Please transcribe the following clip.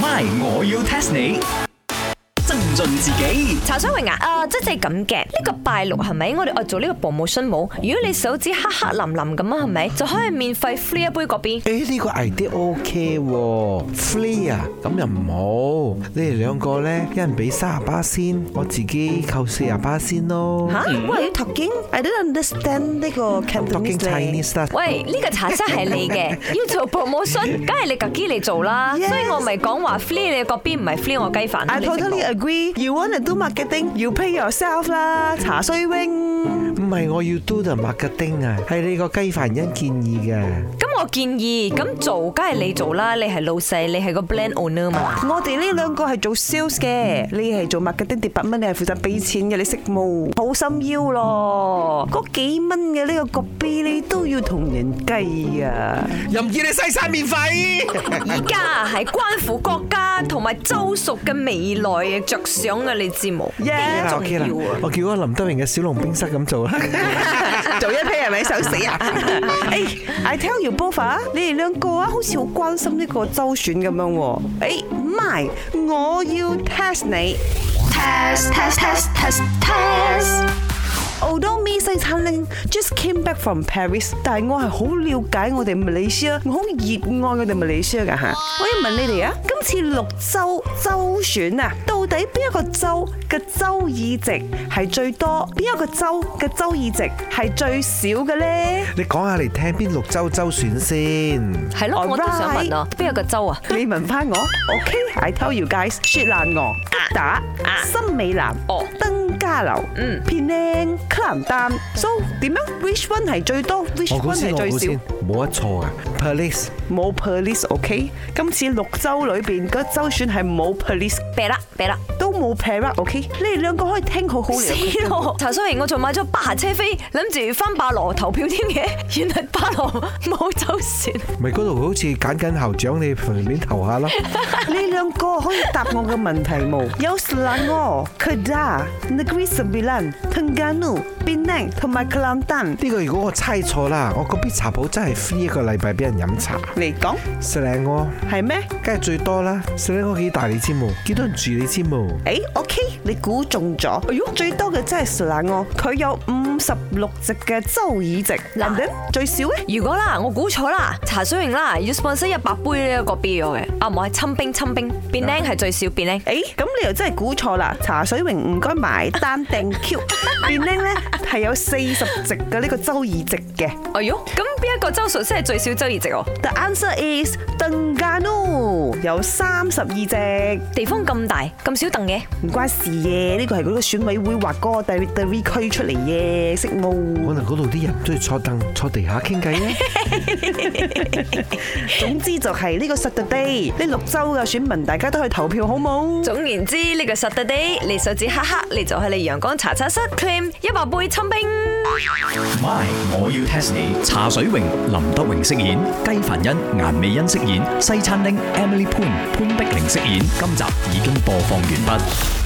My，我要 test 你。增進自己，茶水榮啊，啊，即係咁嘅，呢個拜六係咪？我哋我做呢個 promotion 舞，如果你手指黑黑淋淋咁啊，係咪？就可以免費 free 一杯嗰邊。誒呢個 idea OK 喎，free 啊，咁又唔好。你哋兩個咧，一人俾三十八先，我自己扣四十八先咯。吓？哇！你頭經，I don't understand 呢個 Cantonese Talking 嚟 Chinese 啦，喂，呢、個茶室係你嘅， 要做 promotion，梗係你及機嚟做啦。 Yes 所以我咪講話 free 你個邊，唔係 free 我雞飯啦。 I 你食冇 totally agree. You want to do marketing, you pay yourself 啦，茶水 wing。唔係我要 do the marketing 啊，係你個雞凡欣建議嘅。咁我建議咁做，梗係你做啦。你係老細，你係個 brand owner 嘛。我哋呢兩個係做 sales 嘅，你係做 marketing 跌八蚊，你係負責俾錢嘅，你識冇？好心腰咯，嗰幾蚊嘅呢個個 B 你都要同人計 啊！任意你西餐免費。而家係關乎國家同埋州屬嘅未來嘅着想嘅，你知冇？耶、啦重 OK 啦要啊，我叫阿林德榮嘅小龍冰室咁做啦。做一批係咪想 死啊？誒，I tell you both 啊，你哋兩個啊，好似好關心呢個周選咁樣喎。誒，唔係，我要 test 你。 test test test test test Although me 西餐拎 just came back from Paris，但係我係好了解我哋 Malaysia，我好熱愛我哋 Malaysia 㗎嚇。我要問你哋啊，今次六州州選啊，到底邊一個州嘅州議席係最多，邊一個州嘅州議席係最少嘅咧？你講下嚟聽邊六州州選先？係咯，我都想問啊，邊有個州啊？你問翻我，OK？I tell you guys，雪蘭莪、吉打、森美蘭、哦登嘉樓、嗯 Penang、吉蘭丹，so 點樣？Which one 係最多？Which 我估 one 先，係我最估少先？，冇得錯啊。Police 冇 police，OK？今次六州裏邊嗰州選係冇 police，啤啦啤啦，都冇 para，OK？你哋兩個可以聽好好嚟。死 咯！茶水榮，我仲買咗八下車飛，諗住翻巴羅投票添嘅，原來巴羅冇走線。咪嗰度好似揀緊校長，你隨便投下啦。你兩個可以答我嘅問題冇？有 Selangor、Kedah、Negeri Sembilan、Terengganu、Penang 同埋 Kelantan，呢個如果我猜錯啦，我嗰邊茶鋪真係 free 一個禮拜俾人飲茶。嚟講石嶺我係咩？梗係最多啦，石嶺我幾大你知冇？幾多人住你知冇？誒，OK，你估中咗。哎呦，最多嘅真係 Selangor，佢有五十六席嘅州議席。嗱，最少咧？如果啦，我估錯啦，茶水型啦，要 sponsor 一百杯呢一個 B 咗嘅，啊唔係，親冰親冰，變靚係最少變靚。誒，咁你又真係估錯啦！茶水榮唔該埋單訂 Q，變靚咧係有四十席嘅呢個州議席嘅。哎喲，咁邊一個州屬先係最少州議席喎？ The answer is Terengganu，有三十二席。地方咁大，咁少凳嘅，唔關事嘅，呢個係嗰個選委會劃嗰個 territory 區出嚟嘅，識可冇？能嗰度啲人都要坐凳坐地下傾偈啊咧。總之就係呢個 Saturday，呢六州嘅選民大家都去投票，好冇？總言之，呢、個 Saturday，你手指黑黑，你就喺你陽光茶餐室 claim 一百杯親冰。 My，我要 test 你。茶水榮、林德榮飾演，雞凡欣、顏美欣飾演，西餐廳 Emily Poon 潘碧玲飾演。今集已經播放完畢。